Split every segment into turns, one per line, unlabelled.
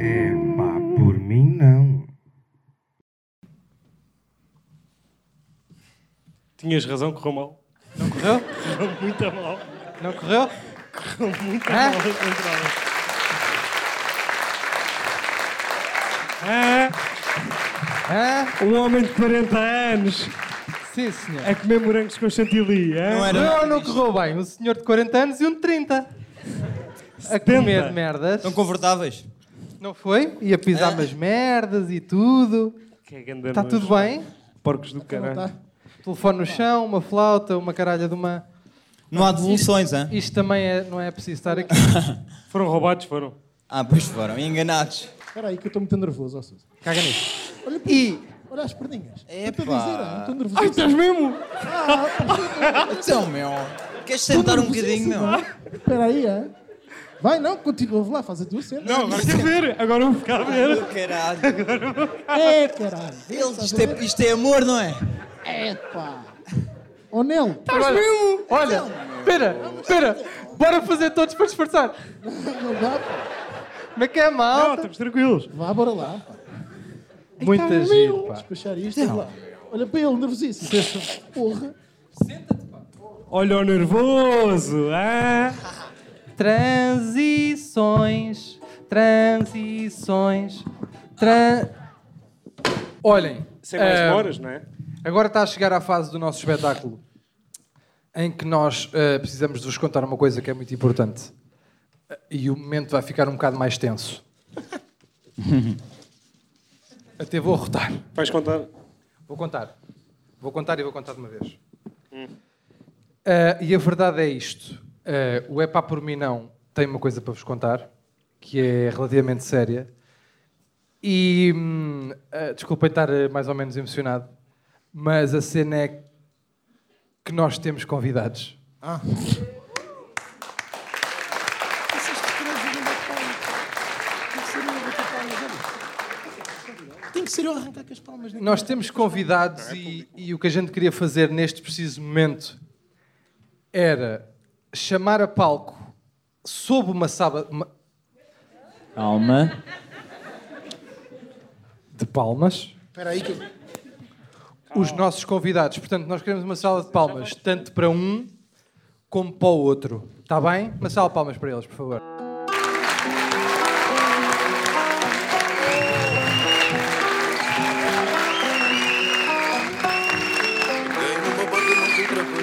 É pá, por mim não.
Tinhas razão, correu mal.
Não correu?
Correu muito a mal.
Não correu?
Correu muito a
Hã?
mal a entrada. Ah,
Hã?
um homem de 40 anos
É? Sim, senhor.
a comer morangos com chantilly. hã?
Não, não, correu bem. Um senhor de 40 anos e um de 30. A comer de merdas.
Estão confortáveis?
Não foi? E a pisar umas merdas e tudo.
Que é grande
Está
nojo.
tudo bem?
Porcos do caralho.
Telefone no chão, uma flauta, uma caralha de uma...
Não há devoluções, hã?
Isto também é- não é preciso estar aqui.
Foram roubados, foram.
Ah, pois foram, enganados.
Espera aí que eu estou muito nervoso, ó Sousa.
Caga nisso. E
Olha as perninhas.
É,
Eu estou
pá.
a dizer, ah, estou nervoso.
Ai, estás mesmo?
Então, meu, queres
tá
sentar um bocadinho, meu?
Espera aí, é? Vai, não, continua, vou lá, faz a tua cena.
Não, agora quer ver. Agora vou ficar a ver.
Caralho.
É, caralho.
Eles, isto, é, isto é amor, não é?
É, pá. Ô, Nel,
Olha, Olha, espera, espera. Bora fazer todos para disfarçar.
não dá, pá.
Como é que é,
Não,
malta?
estamos tranquilos.
Vá, bora lá, pá. Tá
Muita giro, pá.
Despachar isto, vá lá. Olha para ele, nervosíssimo. Porra.
Olha o nervoso. Ah.
Transições, transições, tran... Olhem,
Sem mais
eh,
moras, não é?
agora está a chegar à fase do nosso espetáculo em que nós eh, precisamos de vos contar uma coisa que é muito importante Eh, e o momento vai ficar um bocado mais tenso. Até vou rotar.
Vais contar.
Vou contar. Vou contar e vou contar de uma vez. Ah, e a verdade é isto. Ah, o Epá por mim não tem uma coisa para vos contar, que é relativamente séria. E hum, ah, desculpem estar ah, mais ou menos emocionado, mas a cena é que nós temos convidados.
Tem que ser eu a arrancar com as palmas. Né?
Nós temos convidados e, e o que a gente queria fazer neste preciso momento era chamar a palco sob uma sábado.
Calma.
de palmas.
Espera aí que eu...
os nossos convidados. Portanto, nós queremos uma sala de palmas, tanto para um como para o outro. Está bem? Uma sala de palmas para eles, por favor.
Ganhei uma bota nunca ultrapassei E queridas à volta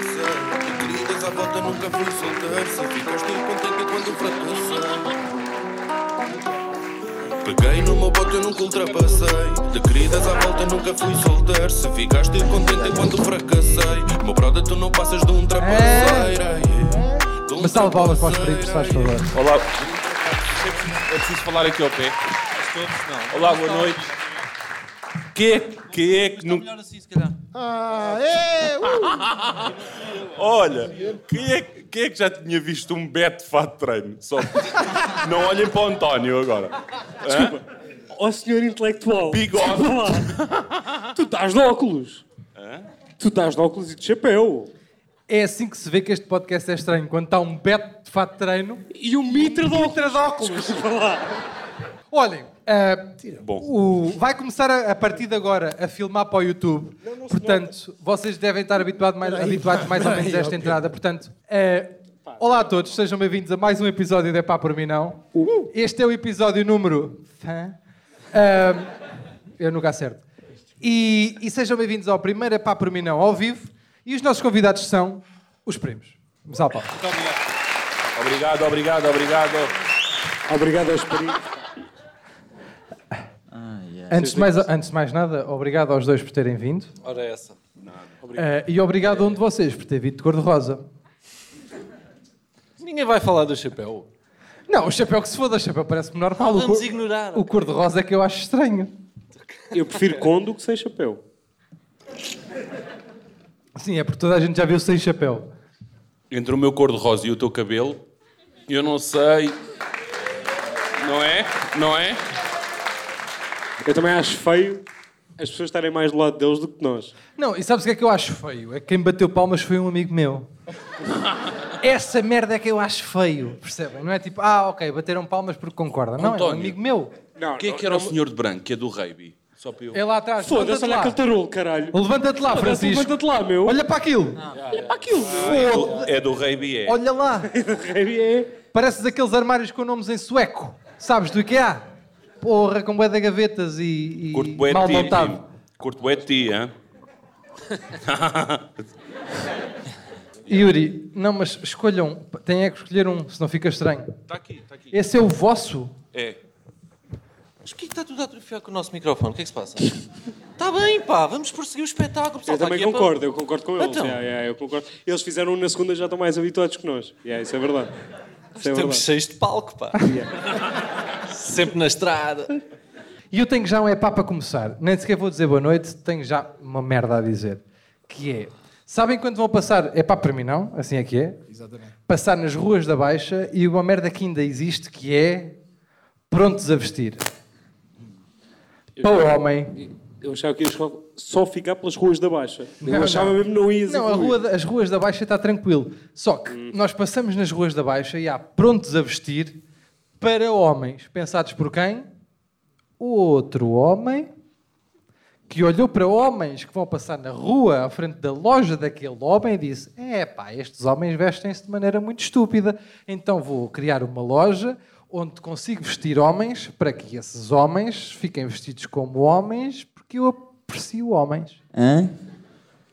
nunca fui solteiro Só ficaste contente quando fracassei Peguei numa bota e nunca ultrapassei De queridas à volta nunca fui solteiro Se ficaste contente quando fracassei Meu brother tu não passas de um trapaceiro ai, ai, de um
Uma sala de palmas para os
trapaceiro,
perigos, se faz
ai, ai.
favor.
Olá. É preciso falar aqui ao pé. Olá, boa noite. Que é que é que nunca.
Melhor assim, se calhar.
Ah, é! Uh!
uh!
Olha, quem é, que- quem é que já tinha visto um Beto de fato de treino? Só... Não olhem para o António agora. Desculpa.
Ó senhor intelectual.
Bigode.
Vá lá. tu estás de óculos. Tu estás de óculos e de chapéu.
É assim que se vê que este podcast é estranho. Quando está um beto de fato de treino.
E o mitra de óculos.
Olhem, ah,
Bom,
o- vai começar a, a partir de agora a filmar para o YouTube. Portanto, vocês devem estar habituado mais, habituados mais ou menos a esta entrada. Portanto, ah, olá a todos, sejam bem-vindos a mais um episódio de É Pá Por Mim Não. Este é o episódio número... Ah, Eu nunca acerto. E, e sejam bem-vindos ao primeiro Epá por mim não ao vivo. E os nossos convidados são os primos. Vamos ao palco.
obrigado, obrigado, obrigado.
Obrigado aos perigos.
Antes de, mais, antes de mais nada, obrigado aos dois por terem vindo.
Ora é essa.
Eh, e obrigado a um de vocês por ter vindo de cor-de-rosa.
Ninguém vai falar do chapéu.
Não, o chapéu que se foda, o chapéu parece-me normal. o
Vamos
cor-
ignorar.
o cor-de-rosa é que eu acho estranho.
Eu prefiro condo que sem chapéu.
Sim, é porque toda a gente já viu sem chapéu.
Entre o meu cor-de-rosa e o teu cabelo, eu não sei. Não é? Não é?
Eu também acho feio as pessoas estarem mais do lado deles do que nós.
Não, e sabes o que é que eu acho feio? É que quem bateu palmas foi um amigo meu. Essa merda é que eu acho feio, percebem? Não é tipo, ah, ok, bateram palmas porque concordam. Não, é um
António.
amigo meu.
Não,
Quem é que era o senhor de branco, que é do Raby? Só para eu.
É lá atrás.
Foda-se,
Levanta-te
olha
lá.
aquele tarolo, caralho.
Levanta-te lá,
Foda-se,
Francisco.
Levanta-te lá, meu.
Olha para aquilo.
É do- É do Raby, é.
Olha lá.
É.
Pareces aqueles armários com nomes em sueco. Sabes do IKEA? Porra, com bué de gavetas e, e
Curto bué
mal tá.
de ti,
montado.
Tim. Curto bué de ti, hã?
Yuri, não, mas escolham. Tem é que escolher um, senão fica estranho.
Está Tá aqui, está aqui.
Esse é o vosso?
É.
Mas porquê que está tudo a atrofiar com o nosso microfone? O que é que se passa? Está bem, pá, vamos prosseguir o espetáculo. pessoal.
Eu
Está
também
aqui é a-
concordo, eu concordo com eles.
Então.
Yeah, yeah, eu concordo. Eles fizeram um na segunda já estão mais habituados que nós. Yeah, isso é verdade. Isso é
Estamos
verdade.
cheios de palco, pá. Sempre na estrada.
E eu tenho já um epá para começar. Nem sequer vou dizer boa noite, tenho já uma merda a dizer. Que é. Sabem quando vão passar. Epá para mim não, assim é que é. Exatamente. Passar nas ruas da Baixa e uma merda que ainda existe que é. Prontos a vestir. Para o homem.
Eu achava que ias só- só ficar pelas ruas da Baixa.
Não,
eu achava
não.
mesmo que não ias
Não, a
evoluir. Hum.
rua da- as ruas da Baixa está tranquilo. Só que nós passamos nas ruas da Baixa e há prontos a vestir para homens. Pensados por quem? O outro homem que olhou para homens que vão passar na rua à frente da loja daquele homem e disse: É pá, estes homens vestem-se de maneira muito estúpida, então vou criar uma loja onde consigo vestir homens para que esses homens fiquem vestidos como homens, porque eu aprecio homens.
Hã?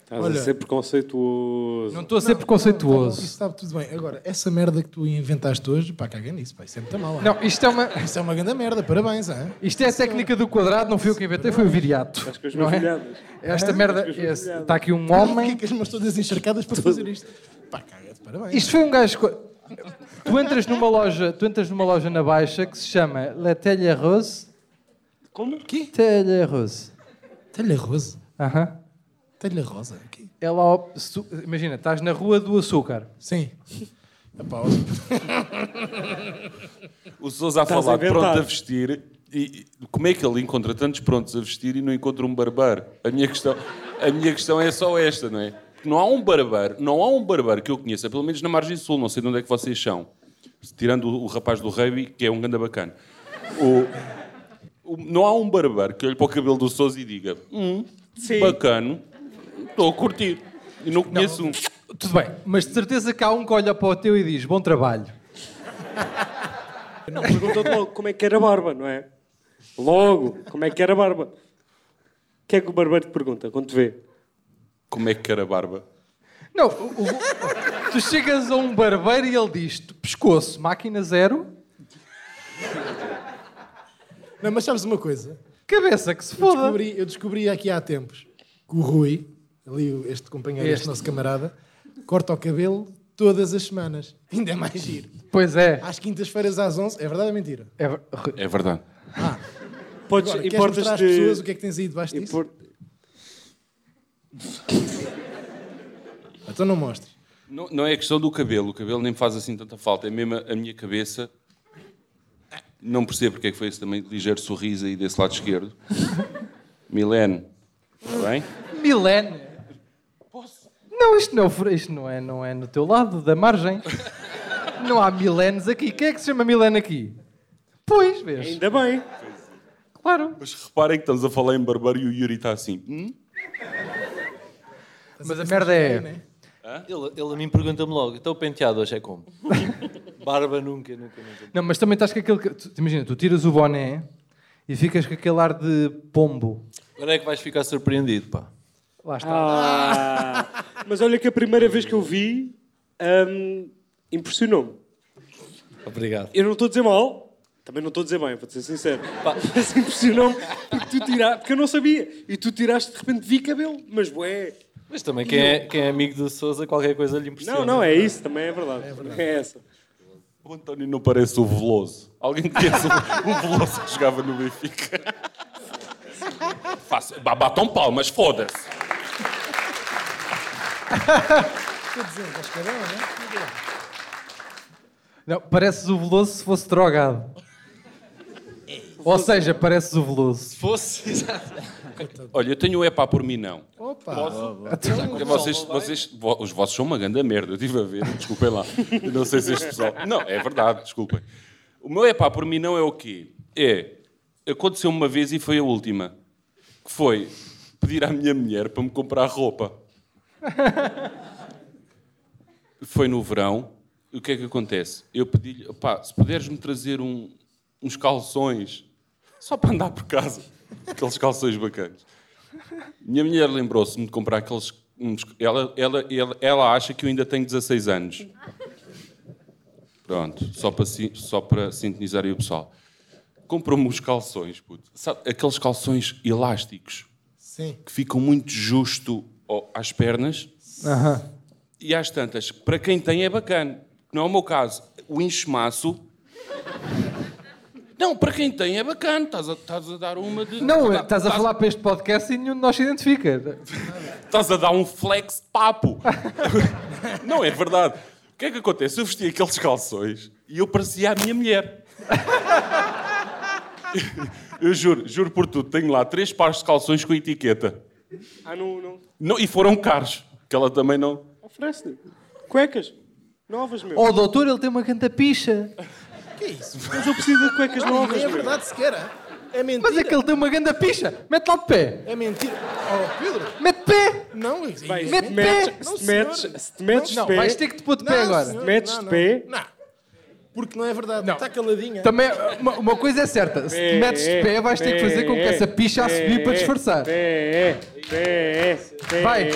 Estás a ser preconceituoso.
Não estou a ser preconceituoso.
tá Isso está tudo bem. Agora, essa merda que tu inventaste hoje, pá, caga nisso, pá, isso é muito mal.
Não, isto é uma.
Isso é uma grande merda, parabéns, ah. hã?
Isto é a técnica do quadrado, não fui eu que inventei, foi o viriato.
Acho que as
não
minhas
é?
olhadas.
Esta merda.
Acho que as minhas olhadas.
Está aqui um
Porquê
homem.
que as mãos todas encharcadas para fazer isto? Pá, caga-te, parabéns.
Isto foi um gajo. co- Tu entras numa loja, tu entras numa loja na Baixa que se chama La Telle Rose.
Como?
Que? Telle Rose.
Telha rosa.
Aham.
Telha rosa. aqui.
É lá ao- se tu- Imagina, estás na Rua do Açúcar.
Sim. Epá, ó,
O Sousa a
Estás a
falar de pronto
inventar.
a vestir. E, e como é que ele encontra tantos prontos a vestir e não encontra um barbeiro? A minha questão, a minha questão é só esta, não é? Porque não há um barbeiro, não há um barbeiro que eu conheça, pelo menos na margem sul, não sei de onde é que vocês são. Tirando o, o rapaz do Raby, que é um ganda bacana. O- o- não há um barbeiro que olhe para o cabelo do Sousa e diga: Hum, bacano, estou a curtir. E não conheço um.
Tudo bem, mas de certeza que há um que olha para o teu e diz: Bom trabalho.
Não, perguntou-te logo como é que era a barba, não é? Logo, como é que era a barba? O que é que o barbeiro te pergunta quando te vê?
Como é que era a barba?
Não, o- o- tu chegas a um barbeiro e ele diz: Pescoço, máquina zero,
Não, mas sabes uma coisa?
cabeça que se
Eu
foda.
descobri, eu descobri aqui há tempos que o Rui, ali o- este companheiro, este,
Este.
nosso camarada, corta o cabelo todas as semanas. Ainda é mais giro.
Pois é.
Às quintas-feiras às 11, é verdade ou mentira?
É ver- Ru-
É verdade.
Podes,
Agora, queres
importas
mostrar às
de-
pessoas o que é que tens aí debaixo disso?
impor-
Então não mostres.
Não, não é questão do cabelo, o cabelo nem faz assim tanta falta, é mesmo a, a minha cabeça. Não percebo porque é que foi esse também ligeiro sorriso aí desse lado esquerdo. Milene, está bem?
Milene. Não, isto não, é o fr- isto não, é, não é no teu lado, da margem. Não há milenes aqui. Quem é que se chama Milene aqui? Pois, vês?
Ainda bem.
Claro.
Mas reparem que estamos a falar em barbeiro e o Yuri está assim. "Hum?"
Mas a merda é.
né?
Ele, ele a mim pergunta-me logo, então o penteado hoje é como? Barba nunca, nunca, nunca.
Não, mas também estás com aquele. que- tu- Imagina, tu tiras o boné e ficas com aquele ar de pombo.
Agora é que vais ficar surpreendido, pá.
Lá está.
Ah, mas olha que a primeira vez que eu vi hum, impressionou-me.
Obrigado.
Eu não estou a dizer mal, também não estou a dizer bem, vou ser sincero.
Pá.
Mas impressionou-me porque tu tiraste, porque eu não sabia. E tu tiraste de repente vi cabelo, mas bué.
Mas também quem é, quem é amigo do Sousa, qualquer coisa lhe impressiona.
Não, não, é isso, também é verdade. É, essa.
O António não parece o Veloso. Alguém conhece o, o Veloso que jogava no Benfica? Faça- ba- Batam palmas, foda-se.
Ah. Não, pareces o Veloso se fosse drogado. Ou seja, pareces o Veloso.
Fosse, exato.
Olha, eu tenho o epá por mim não.
Opa!
Porque vocês, vocês- vo- os vossos são uma grande merda, eu estive a ver, desculpem lá. Eu Não sei se este pessoal. Não, é verdade, desculpem. O meu epá por mim não é o quê? É. Aconteceu uma vez e foi a última. Que foi pedir à minha mulher para me comprar roupa. Foi no verão. E o que é que acontece? Eu pedi-lhe, pá, se puderes-me trazer um- uns calções só para andar por casa. Aqueles calções bacanas. Minha mulher lembrou-se-me de comprar aqueles. uns- Ela, ela, ela, ela acha que eu ainda tenho 16 anos. Pronto, só para, si- só para sintonizar aí o pessoal. Comprou-me os calções, puto. Sabe, aqueles calções elásticos
Sim.
que ficam muito justo ao- às pernas. E às tantas, para quem tem é bacana. Não é o meu caso. O enchemaço. Não, para quem tem é bacana. Estás a, estás a dar uma de.
Não, é, tá, estás a falar para este podcast e nenhum de nós se identifica.
Estás a dar um flex papo. não é verdade. O que é que acontece? Eu vesti aqueles calções e eu parecia a minha mulher. Eu juro, juro por tudo, tenho lá três pares de calções com etiqueta.
Ah, não, não.
Não, e foram caros, que ela também não.
Oferece-lhe. Cuecas. Novas, meu.
Oh, doutor, ele tem uma cantapicha.
Que é isso?
Mas eu preciso de
Ah,
cuecas novas,
Nem é
meu.
verdade sequer. é? É mentira.
Mas é que ele tem uma gandapicha. Mete lá de pé.
É mentira. Oh, Pedro,
Mete de pé.
não. isso-
Vai, se
Mete
te
pé.
metes,
Não,
se te metes,
senhor.
se te metes de
Não,
pé,
Vais ter que te pôr de pé
Não,
agora.
senhor,
metes
não,
de
não.
pé.
Não. Porque não é verdade. Está caladinha. Tá
Também, uma, uma coisa é certa. Se te metes de pé, vais ter que fazer com que essa picha a subir para disfarçar.
Pé, pé, pé.
Vai,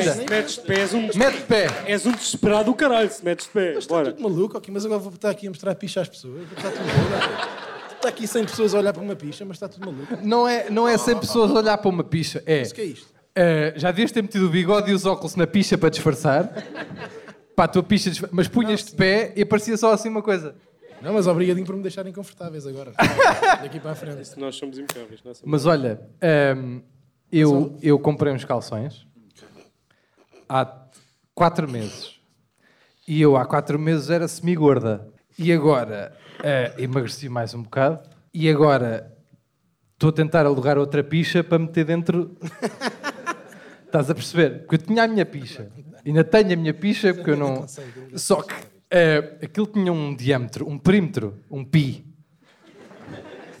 anda.
Se te metes de pé, és um, des-
Mete de pé.
és um desesperado do caralho. Se metes de pé, bora.
Tudo maluco, ok, mas agora vou estar aqui a mostrar a picha às pessoas. Vou estar tudo maluco. Está aqui 100 pessoas a olhar para uma picha, mas está tudo maluco.
Não é, não é 100 pessoas a olhar para uma picha. É.
Mas o que é isto?
eh, já devias ter metido o bigode e os óculos na picha para disfarçar. Pá, a tua picha. disfar- Mas punhas de pé e aparecia só assim uma coisa.
Não, mas obrigadinho por me deixarem confortáveis agora. Daqui para a frente.
Nós somos impecáveis. é? Nós somos...
Mas olha, ehm, eu, eu comprei uns calções há quatro meses. E eu há quatro meses era semigorda. E agora eh, emagreci mais um bocado. E agora estou a tentar alugar outra picha para meter dentro. Estás a perceber? Que eu tinha a minha picha. Ainda tenho a minha picha porque eu não. Só que eh, aquilo tinha um diâmetro, um perímetro, um pi.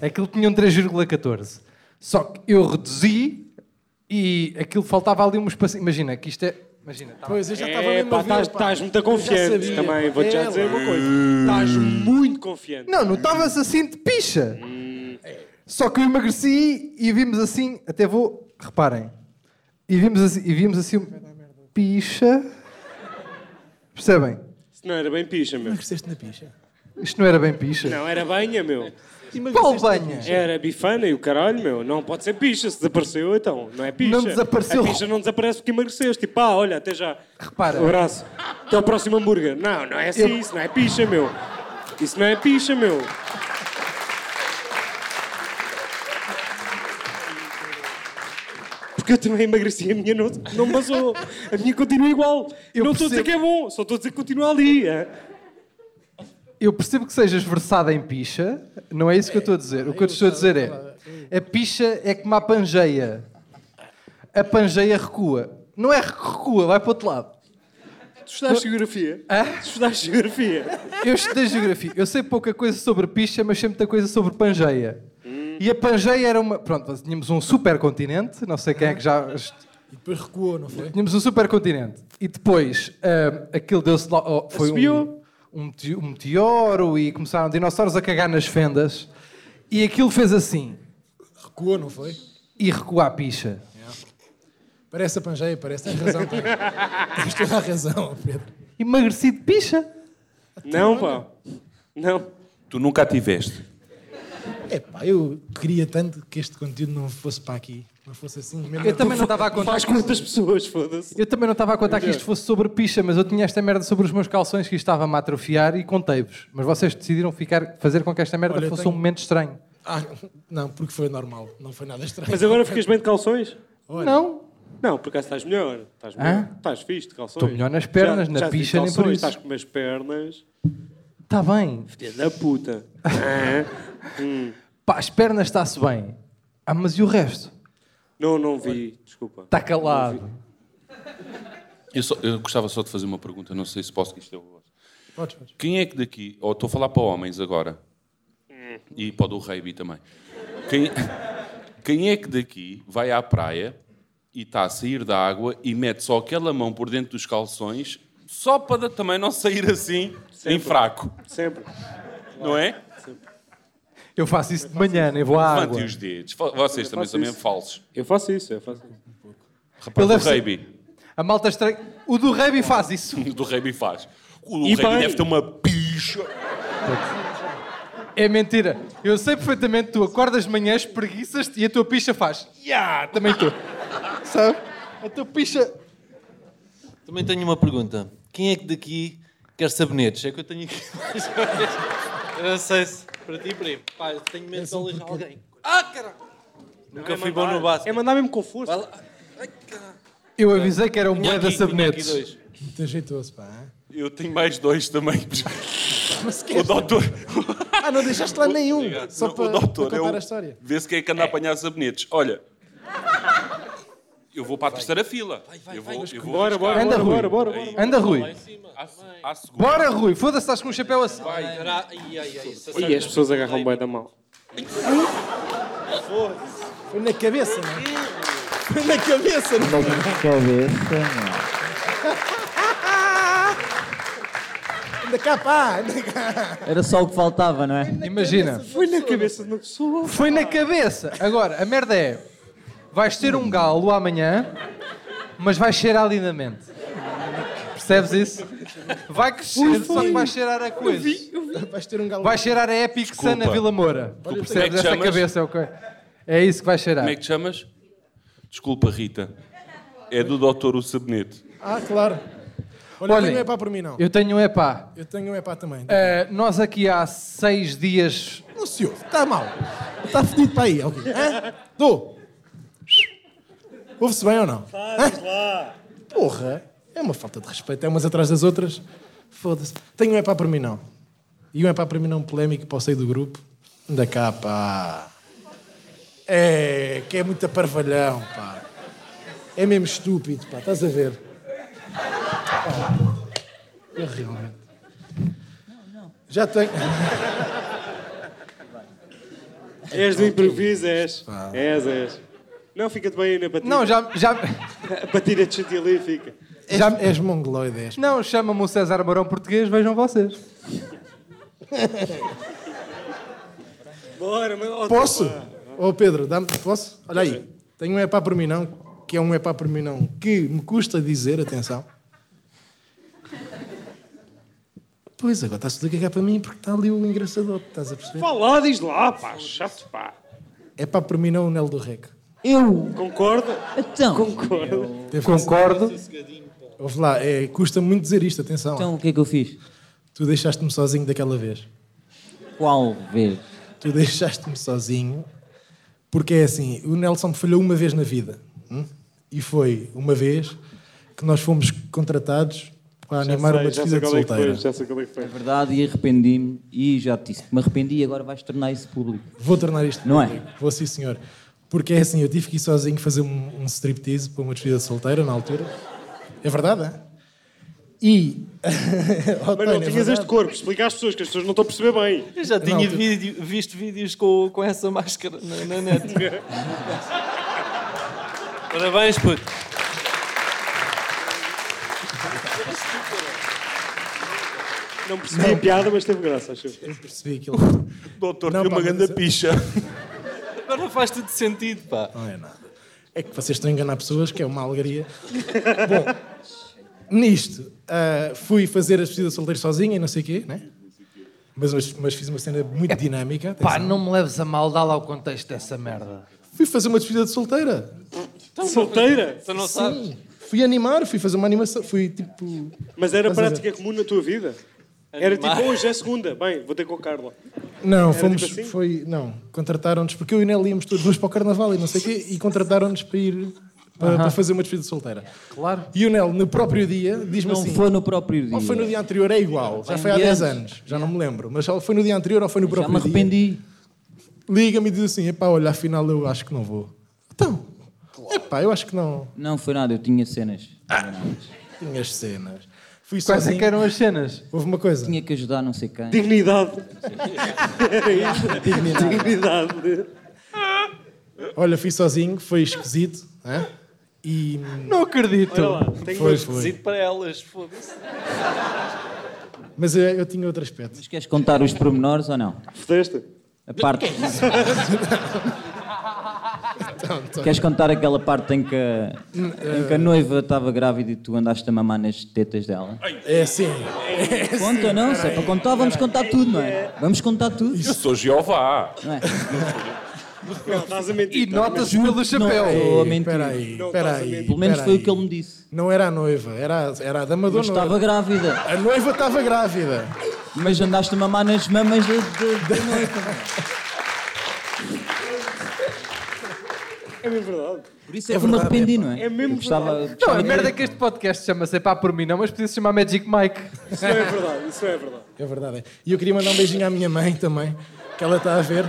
Aquilo tinha um 3,14. Só que eu reduzi e aquilo faltava ali um espaço. Imagina, que isto é. Imagina, tá-
Pois, eu já estava
É,
mesmo
pá,
a ver.
estás, estás muito confiante
sabia,
também.
pá.
Vou-te já
É,
dizer
lá.
uma coisa. Estás muito confiante.
Não, não estavas assim de picha. Só que eu emagreci e vimos assim. Até vou. Reparem. E vimos assim. E vimos assim um- picha. Percebem?
Se não era bem picha, meu.
Emagreceste na picha.
Isto não era bem picha.
Não, era banha, meu.
Qual banha?
Era bifana e o caralho, meu. Não pode ser picha. Se desapareceu, então. Não é picha.
Não desapareceu.
A picha não desaparece porque emagreceste. Tipo, pá, olha, até já. Um
Repara.
Abraço. Até o próximo hambúrguer. Não, não é assim.
Eu-
Isso não é picha, meu. Isso não é picha, meu. Porque eu também emagreci. A minha não, não passou. A minha continua igual.
Eu
não estou a dizer
percebo.
que é bom. Só estou a dizer que continua ali. é.
Eu percebo que sejas versada em picha, não é isso que eu estou a dizer. O que eu te estou a dizer é: a picha é como a pangeia. A pangeia recua. Não é que recua, vai para o outro lado.
Tu estudaste geografia? Tu estudaste geografia?
Eu estudei geografia. Eu sei pouca coisa sobre picha, mas sei muita coisa sobre pangeia. E a pangeia era uma. Pronto, nós tínhamos um supercontinente, não sei quem é que já.
E depois recuou, não foi?
Tínhamos um supercontinente. E depois ah, aquilo deu-se lá. oh, foi um,
Assobiou.
um, mete- um meteoro e começaram dinossauros a cagar nas fendas. E aquilo fez assim.
Recuou, não foi?
e recua a picha.
Parece a Pangeia, parece. Tens razão, Pedro. Tens toda a razão, Pedro.
Emagreci de picha.
Não, pá. Não.
Tu nunca a tiveste.
Epá, eu queria tanto que este conteúdo não fosse para aqui. Não fosse assim. Mesmo
Eu também não estava a contar.
Faz quantas pessoas, foda-se.
Eu também não estava a contar que isto fosse sobre picha, mas eu tinha esta merda sobre os meus calções que estava-me a atrofiar e contei-vos. Mas vocês decidiram ficar, fazer com que esta merda
Olha, eu
fosse
tenho-
um momento estranho.
Ah, não, porque foi normal. Não foi nada estranho.
Mas agora ficas bem de calções?
Não.
Não, por acaso estás melhor. Estás melhor. Estás fixe de calções.
Estou melhor nas pernas, na
te vi
picha, nem por
calções,
isso.
Estás com umas pernas.
Está Tá bem.
Filha da puta. Ah,
Pá, as pernas está-se bem. Ah, mas e o resto?
Não, não vi, desculpa.
Está calado.
Eu, só- eu gostava só de fazer uma pergunta, não sei se posso, que isto é o vosso.
Podes, podes.
Quem é que daqui, ou estou a falar para homens agora, e para o do Reiby também, quem, quem é que daqui vai à praia e está a sair da água e mete só aquela mão por dentro dos calções, só para também não sair assim, em fraco,
Sempre.
não é?
Eu faço isso de manhã, nem vou à água.
Levantem os dedos, Fa- vocês também são mesmo falsos.
Eu faço isso, eu faço isso.
Rapaz,
Ele
do
deve ser-
Reiby,
A malta estranha. O do Rebi faz isso.
do Reiby faz. O
E
Reiby
bem.
deve ter uma picha.
É mentira. Eu sei perfeitamente, tu acordas de manhã, espreguiças-te e a tua picha faz. Yeah, também tu. Sabe? A tua picha.
Também tenho uma pergunta. Quem é que daqui quer sabonetes? É que eu tenho aqui mais ou menos. Eu não sei se. Para ti, primo. Pá, eu tenho medo de
é
alejar alguém. Ah, caralho! Nunca fui bom no básico.
É mandar mesmo com força.
Eu avisei que era um bué
Tinha
da
aqui- tinha aqui
sabonetes.
dois.
Muito Então, ajeitoso, pá. hein?
Eu tenho mais dois também. O doutor,
Ah, não deixaste lá nenhum. Só
Não,
para,
o doutor
para
é
contar
o-
a história.
Vê se quem é que anda a apanhar sabonetes. Olha, eu vou para a terceira fila. Vai, vai, eu vou, eu vou
Bora,
buscar.
bora,
Anda,
bora,
Rui.
bora, bora, bora.
Anda, Rui.
À segunda.
Bora, Rui. Foda-se, estás com um chapéu assim.
Ai, caralho. Ai, ai, ai. se
E as
acertas-
pessoas agarram bem da mão.
Foi na cabeça, não é? Foi na cabeça, não é?
Cabeça,
Foi Na capa, ah, na capa.
não. Era só o que faltava, não é?
Imagina.
Foi na cabeça de uma pessoa.
Foi na cabeça. Agora, a merda é. Vais ter um galo amanhã, mas vais cheirar lindamente. Percebes isso? Vai crescer, só que vai cheirar a coisa.
Vais ter um galo.
Vai cheirar a Epic Sun na Vila Moura. Tu
Como é que
percebes? Essa
chamas?
cabeça é o que É isso que vai cheirar.
Como é que te chamas? Desculpa, Rita. É do doutor o sabonete.
Ah, claro. Olha,
Olhem,
eu tenho um epá por mim, não. Eu,
Eu tenho um epá.
tenho um epá também.
Uh, nós aqui há seis dias.
Não se ouve, está tá mal. Está fedido para aí, ok. Hã? Dou. Ouve-se bem ou não? Fazes lá. Porra, é uma falta de respeito. É umas atrás das outras. Foda-se. Tenho um epá por mim, não. E um epá por mim, não polémico para o sair do grupo. Da cá, pá. É, que é muito aparvalhão, pá. É mesmo estúpido, pá. Estás a ver? É realmente. Já tenho...
És do improviso, és. És, és. Não, fica-te bem aí na batida.
Não, já. já...
A batida de chute ali fica.
És, Já... és mongoloide, és.
Não, chama-me o César Mourão português, vejam vocês.
Bora, mas... ó,
Posso? Ô Pedro, dá-me, posso? Olha aí, tenho um epá por mim não, que é um epá por mim não, que me custa dizer, atenção. Pois, agora está-se tudo a cagar para mim porque está ali o engraçador, estás a perceber?
Vá lá, diz lá, pá. Chato, pá.
É pá por mim não o Nel do Rec.
Eu,
Concorda?
então.
Concorda.
Teve que-
Concordo.
Ouve lá, é, custa muito dizer isto, atenção.
Então o que é que eu fiz?
Tu deixaste-me sozinho daquela vez.
Qual vez?
Tu deixaste-me sozinho, porque é assim, o Nelson me falhou uma vez na vida. hum? E foi uma vez que nós fomos contratados para animar uma
já sei
despedida de
qual é que foi,
solteira.
já sei qual é que foi.
É verdade, e arrependi-me. E já te disse que me arrependi e agora vais tornar isso público.
Vou tornar isto
Não é?
público. Vou sim, senhor. Porque é assim, eu tive que ir sozinho fazer um, um striptease para uma despedida de solteira na altura. É verdade, é? E... Oh,
Mas
Tânia,
não
é
tinhas
verdade.
este corpo. Explica às pessoas que as pessoas não estão a perceber bem.
Eu já tinha
Não, tu-
vídeo- visto vídeos com, com essa máscara na, na net. Parabéns, puto.
Não percebi a piada, mas teve graça, acho eu.
Eu percebi aquilo.
Doutor,
Não,
tem
pá,
uma
mas
grande
eu-
picha.
Agora faz tudo sentido, pá.
Não é nada. É que vocês estão a enganar pessoas, que é uma alegria. Bom, nisto, ah, fui fazer a despedida de solteiro sozinho e não sei o quê, né? Mas, mas, mas fiz uma cena muito dinâmica. atenção.
Pá, não me leves a mal, dá lá o contexto dessa merda.
Fui fazer uma despedida de solteira.
Então, Solteira?
Tu não sabes?
Sim. Fui animar, fui fazer uma animação. Fui tipo.
Mas era
Estás a
prática comum na tua vida? Era tipo, hoje é segunda. Bem, vou ter com a Carla.
Não, fomos.
tipo assim?
Foi. Não, contrataram-nos, porque eu e o Nel íamos todos para o carnaval e não sei o quê, e contrataram-nos para ir. Para, para fazer uma despedida de solteira.
Claro.
E o Nel, no próprio dia, diz-me
Não
assim.
foi no próprio dia.
Ou foi no dia anterior, é igual, já
Bem
foi há 10
antes.
anos, já não me lembro, mas ou foi no dia anterior ou foi no
Já me
próprio dia.
arrependi.
liga-me e diz assim: epá, olha, afinal eu acho que não vou. Então, epá, eu acho que não.
Não foi nada, eu tinha cenas.
Tinha as cenas. Fui
Quais é
sozinho.
que eram as cenas?
Houve uma coisa.
Tinha que ajudar não sei quem.
Dignidade. Era isso. Dignidade.
Olha, fui sozinho, foi esquisito. né? E
Não acredito.
Olha lá, tenho um
Foi,
esquisito para elas, foda-se.
Mas eu, eu tinha outro aspecto.
Mas queres contar os pormenores ou não?
Fudeste?
A parte. Queres contar aquela parte em que, em que a noiva estava grávida e tu andaste a mamar nas tetas dela?
É assim.
Conta, não? Se é para contar, vamos contar tudo, não é? Vamos contar tudo,
Eu sou Jeová.
não é?
Não, estás a mentir.
E notas é pelo chapéu.
Não, estou a mentir.
eh, Espera aí,
Não,
espera
estás a
aí.
mentir.
Pelo menos
espera
foi
aí.
o que ele me disse.
Não era a noiva, era, era a dama do
Mas
noivo.
estava grávida.
A noiva estava grávida.
Mas andaste a mamar nas mamas da, da- da noiva.
É mesmo verdade.
Por isso é, que eu me arrependi, não é?
É mesmo
Eu gostava,
Não,
gostava
a
de-
merda é que este podcast chama-se é pá por mim, não, mas podia se chamar Magic Mike.
Isso não é verdade. Isso não é verdade.
É verdade. é. E eu queria mandar um beijinho à minha mãe também, que ela está a ver.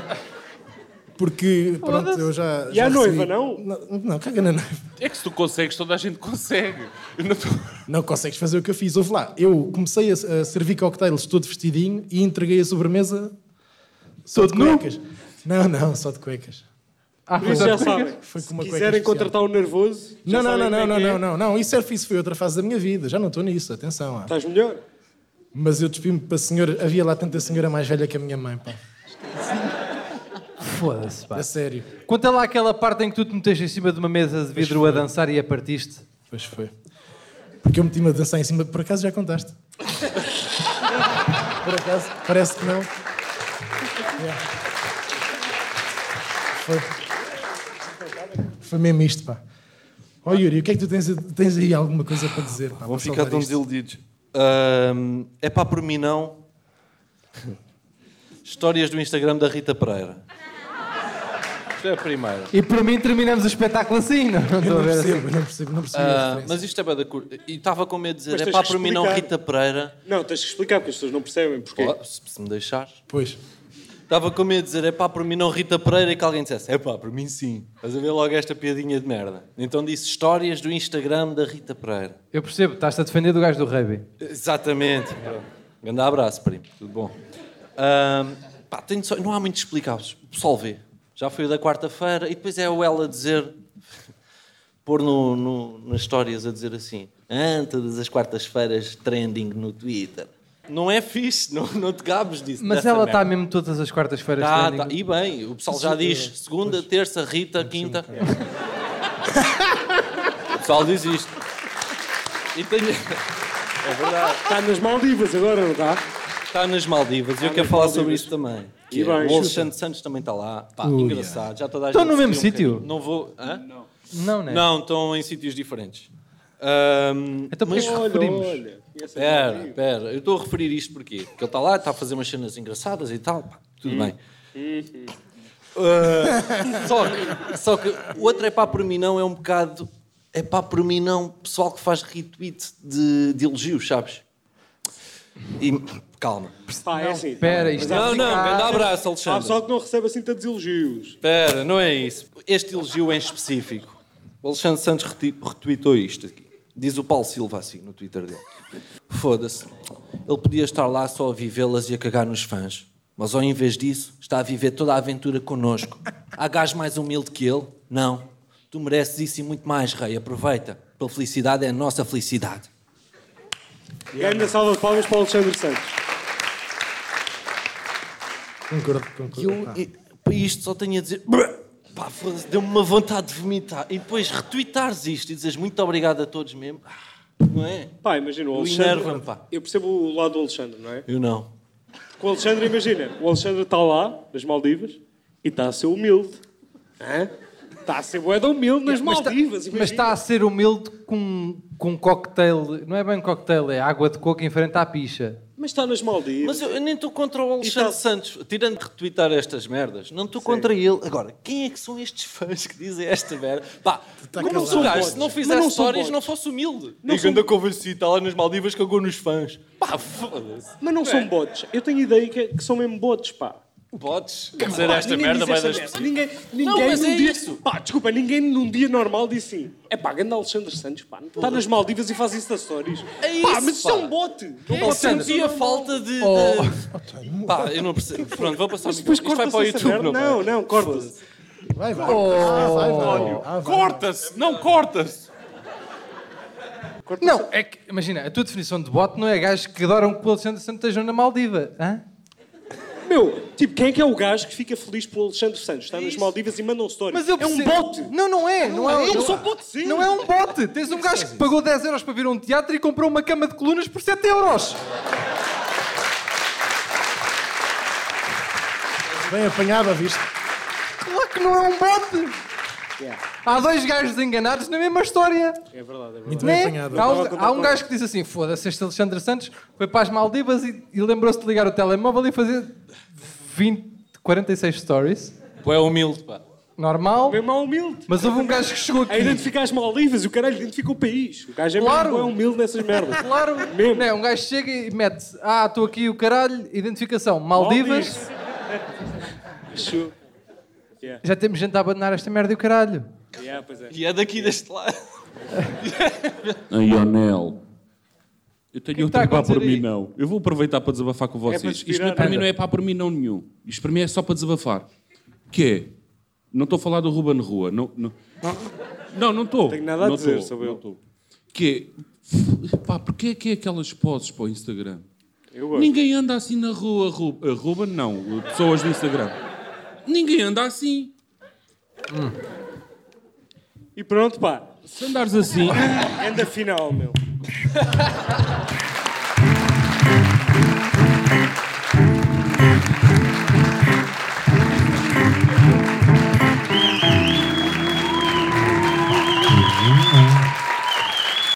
Porque, pronto, eu já.
E
já
à
recebi-
noiva, não?
Não, não, caga na noiva.
É que se tu consegues, toda a gente consegue. Eu não tô-
Não consegues fazer o que eu fiz. Ouve lá, eu comecei a, a servir cocktails todo vestidinho e entreguei a sobremesa só de cuecas. Não, não, só de cuecas.
Ah,
Por isso já sabem.
Foi com
Se
uma cueca
quiserem
especial.
contratar o nervoso. já
Não, não,
sabem
não,
como
não,
é
não,
que é.
não, não, não. Isso, é- isso foi outra fase da minha vida. Já não estou nisso, atenção. ah.
Estás melhor?
Mas eu despi-me para a senhora. Havia lá tanta senhora mais velha que a minha mãe, pá.
Foda-se, pá.
É sério.
Conta lá aquela parte em que tu te meteste em cima de uma mesa de vidro a dançar e a partiste.
Pois foi. Porque eu meti-me a dançar em cima. Por acaso já contaste? Por acaso? Parece que não. Yeah. Foi. Foi mesmo isto, pá. Ó Yuri, o que é que tu tens, tens aí alguma coisa para dizer? Pá,
Vão
para
ficar
salvar
tão
isto?
desiludidos. Ahm, é pá, por mim não. Histórias do Instagram da Rita Pereira. Isto é a primeira.
E por mim terminamos o espetáculo assim, não, não estou
Eu
a
não
ver assim.
percebo, não percebo, não percebo. a
Ah,
referência.
mas isto é bem da curta. E estava com medo de
Mas
dizer, é
tens
pá,
que
por mim não,
explicar.
Rita Pereira.
Não, tens que explicar porque as pessoas não percebem porque.
Oh, se, se me deixares.
Pois.
Estava com medo de dizer, é pá, por mim não, Rita Pereira. E que alguém dissesse, é pá, por mim sim. Estás a ver logo esta piadinha de merda. Então disse, histórias do Instagram da Rita Pereira.
Eu percebo, estás-te a defender do gajo do rugby.
Exatamente. pá. Grande abraço, primo. Tudo bom. Ahm, pá, tenho só- não há muito de explicar. O pessoal vê. Já foi o da quarta-feira e depois é o ela dizer... Pôr no, no- nas histórias a dizer assim... Ah, todas as quartas-feiras trending no Twitter. Não é fixe, não, não te gabes disso.
Mas
dessa
ela
merda.
está mesmo todas as quartas-feiras
Tá,
trending. é.
tá. E bem, o pessoal já diz segunda, terça, Rita, quinta. O pessoal diz isto. E tenho... É verdade.
Está nas Maldivas agora, não está?
Está nas Maldivas, e eu
Tá
quero
nas
falar
Maldivas.
sobre isso também. Que
E
é,
bem,
o
chuta.
Alexandre Santos também está lá. Pá, engraçado. Já toda a
Estão
gente
no mesmo
se viu um
sítio?
bocadinho. Não vou. Hã?
Não, não é?
Não, estão em sítios diferentes. Ahm,
Então porquê que referimos?
Olha, é conhece a
Pera, pera, eu estou a referir isto porquê? Porque ele está lá, está a fazer umas cenas engraçadas e tal, pá, tudo
Hum.
bem. Uh, só, que, só que o outro é pá por mim não é um bocado, é pá por mim não, pessoal que faz retweet de, de elogios, sabes? E, calma.
Pá, é assim.
Espera, isto
Não, não, grande abraço,
Há
Alexandre.
pessoal que não recebe assim tantos elogios.
Espera, não é isso. Este elogio em específico. O Alexandre Santos reti- retweetou isto aqui. Diz o Paulo Silva assim no Twitter dele. Foda-se. Ele podia estar lá só a vivê-las e a cagar nos fãs. Mas ao invés disso, está a viver toda a aventura connosco. Há gajo mais humilde que ele? Não. Tu mereces isso e muito mais, rei. Aproveita. Pela felicidade é a nossa felicidade.
Grande salva de palmas para o Alexandre Santos.
Concordo,
E
concordo.
eu,
pá.
e- para isto só tenho a dizer. "Bruh!" Pá, foda-se, deu-me uma vontade de vomitar. E depois retweetares isto e dizes muito obrigado a todos mesmo. Ah, Não é?
Pá, imagina o
Eu
Alexandre.
enerva-me, pá.
Eu percebo o lado do Alexandre, não é?
Eu não.
Com o Alexandre, imagina, o Alexandre está lá, nas Maldivas, e está a ser humilde. Hã? Está a ser boeda humilde nas
Mas tá-
Maldivas.
Mas está a ser humilde com, com um cocktail. Não é bem um cocktail, é água de coco em frente à picha.
Mas está nas Maldivas.
Mas eu, eu nem estou contra o Alexandre
E tá-
Santos. Tirando de retweetar estas merdas, não estou contra ele. Agora, quem é que são estes fãs que dizem esta merda? Pá, como se o gajo, se não fizesse
tá Mas não são
histórias,
bots.
não fosse humilde. Não e anda convencido, está tá lá nas Maldivas, cagou nos fãs. Pá, foda-se.
Mas não são bots. Eu tenho ideia que, que são mesmo bots, pá.
Podes dizer esta
Ninguém
merda,
disse
vai
esta
das
merda. Ninguém, ninguém
Não, mas
num
é
dia,
isso.
Pá, desculpa, ninguém num dia normal disse assim. É pá, ganda Alexandre Santos, pá. Está Tá nas Maldivas e faz instações.
É isso,
pá, mas isto é
pá.
um bote.
Eu senti a falta de. de- Pá, eu não percebo. Pronto, vou passar o
Oh. Depois
microfone.
corta-se
Isto vai para o
essa
YouTube,
merda.
não é? vai?
Não, não, corta-se.
Vai, vai. Ah, vai, vai. Ah, vai.
Corta-se! Não, corta-se!
Não, é que, imagina, a tua definição de bote não é gajo que adoram que o Alexandre Santos esteja na Maldiva. Hã?
Meu, tipo, quem é que é o gajo que fica feliz pelo Alexandre Santos? Está nas Maldivas e manda um story.
Mas eu
é um
percebo-
bote.
Não, não é. Não, é,
Não,
não,
só pode ser.
não é um bote. Tens um gajo que pagou 10 euros para vir a um teatro e comprou uma cama de colunas por 7 euros.
Bem apanhado, viste?
Claro que não é um bote.
É.
Há dois gajos enganados na mesma história.
Muito
Né?
bem apanhado.
Há um, há um gajo que diz assim: foda-se, este Alexandre Santos foi para as Maldivas e, e lembrou-se de ligar o telemóvel e fazer 20, 46 stories.
Pô, é humilde, pá.
Normal.
Meu irmão é humilde.
Mas houve um gajo que chegou aqui.
A identificar as Maldivas e o caralho identifica o país. O gajo é
Claro.
mesmo é humilde nessas merdas.
Claro,
Mesmo.
Não é? um gajo chega e mete Ah, estou aqui o caralho, identificação, Maldivas.
Achou?
Já temos gente a abandonar esta merda e o caralho.
Yeah, pois é.
E é daqui deste lado.
Aí, Onel. Eu tenho
está
outro
a
pá
acontecer
por mim,
aí?
não. Eu vou aproveitar para desabafar com
para
vocês. Isto
respirar,
não- para
anda.
mim não é pá por mim, não nenhum. Isto para mim é só para desabafar. Que é. Não estou a falar do Ruben Rua. Não, não, não, não estou.
Tenho nada a
Não
dizer
estou,
sobre
não
ele.
estou. Que é. Pá, porquê é que é aquelas poses para o Instagram?
Eu gosto.
Ninguém anda assim na rua, Ru- eh, Ruben, não, pessoas no Instagram. Ninguém anda assim.
E pronto, pá.
Se andares assim,
Anda final, meu.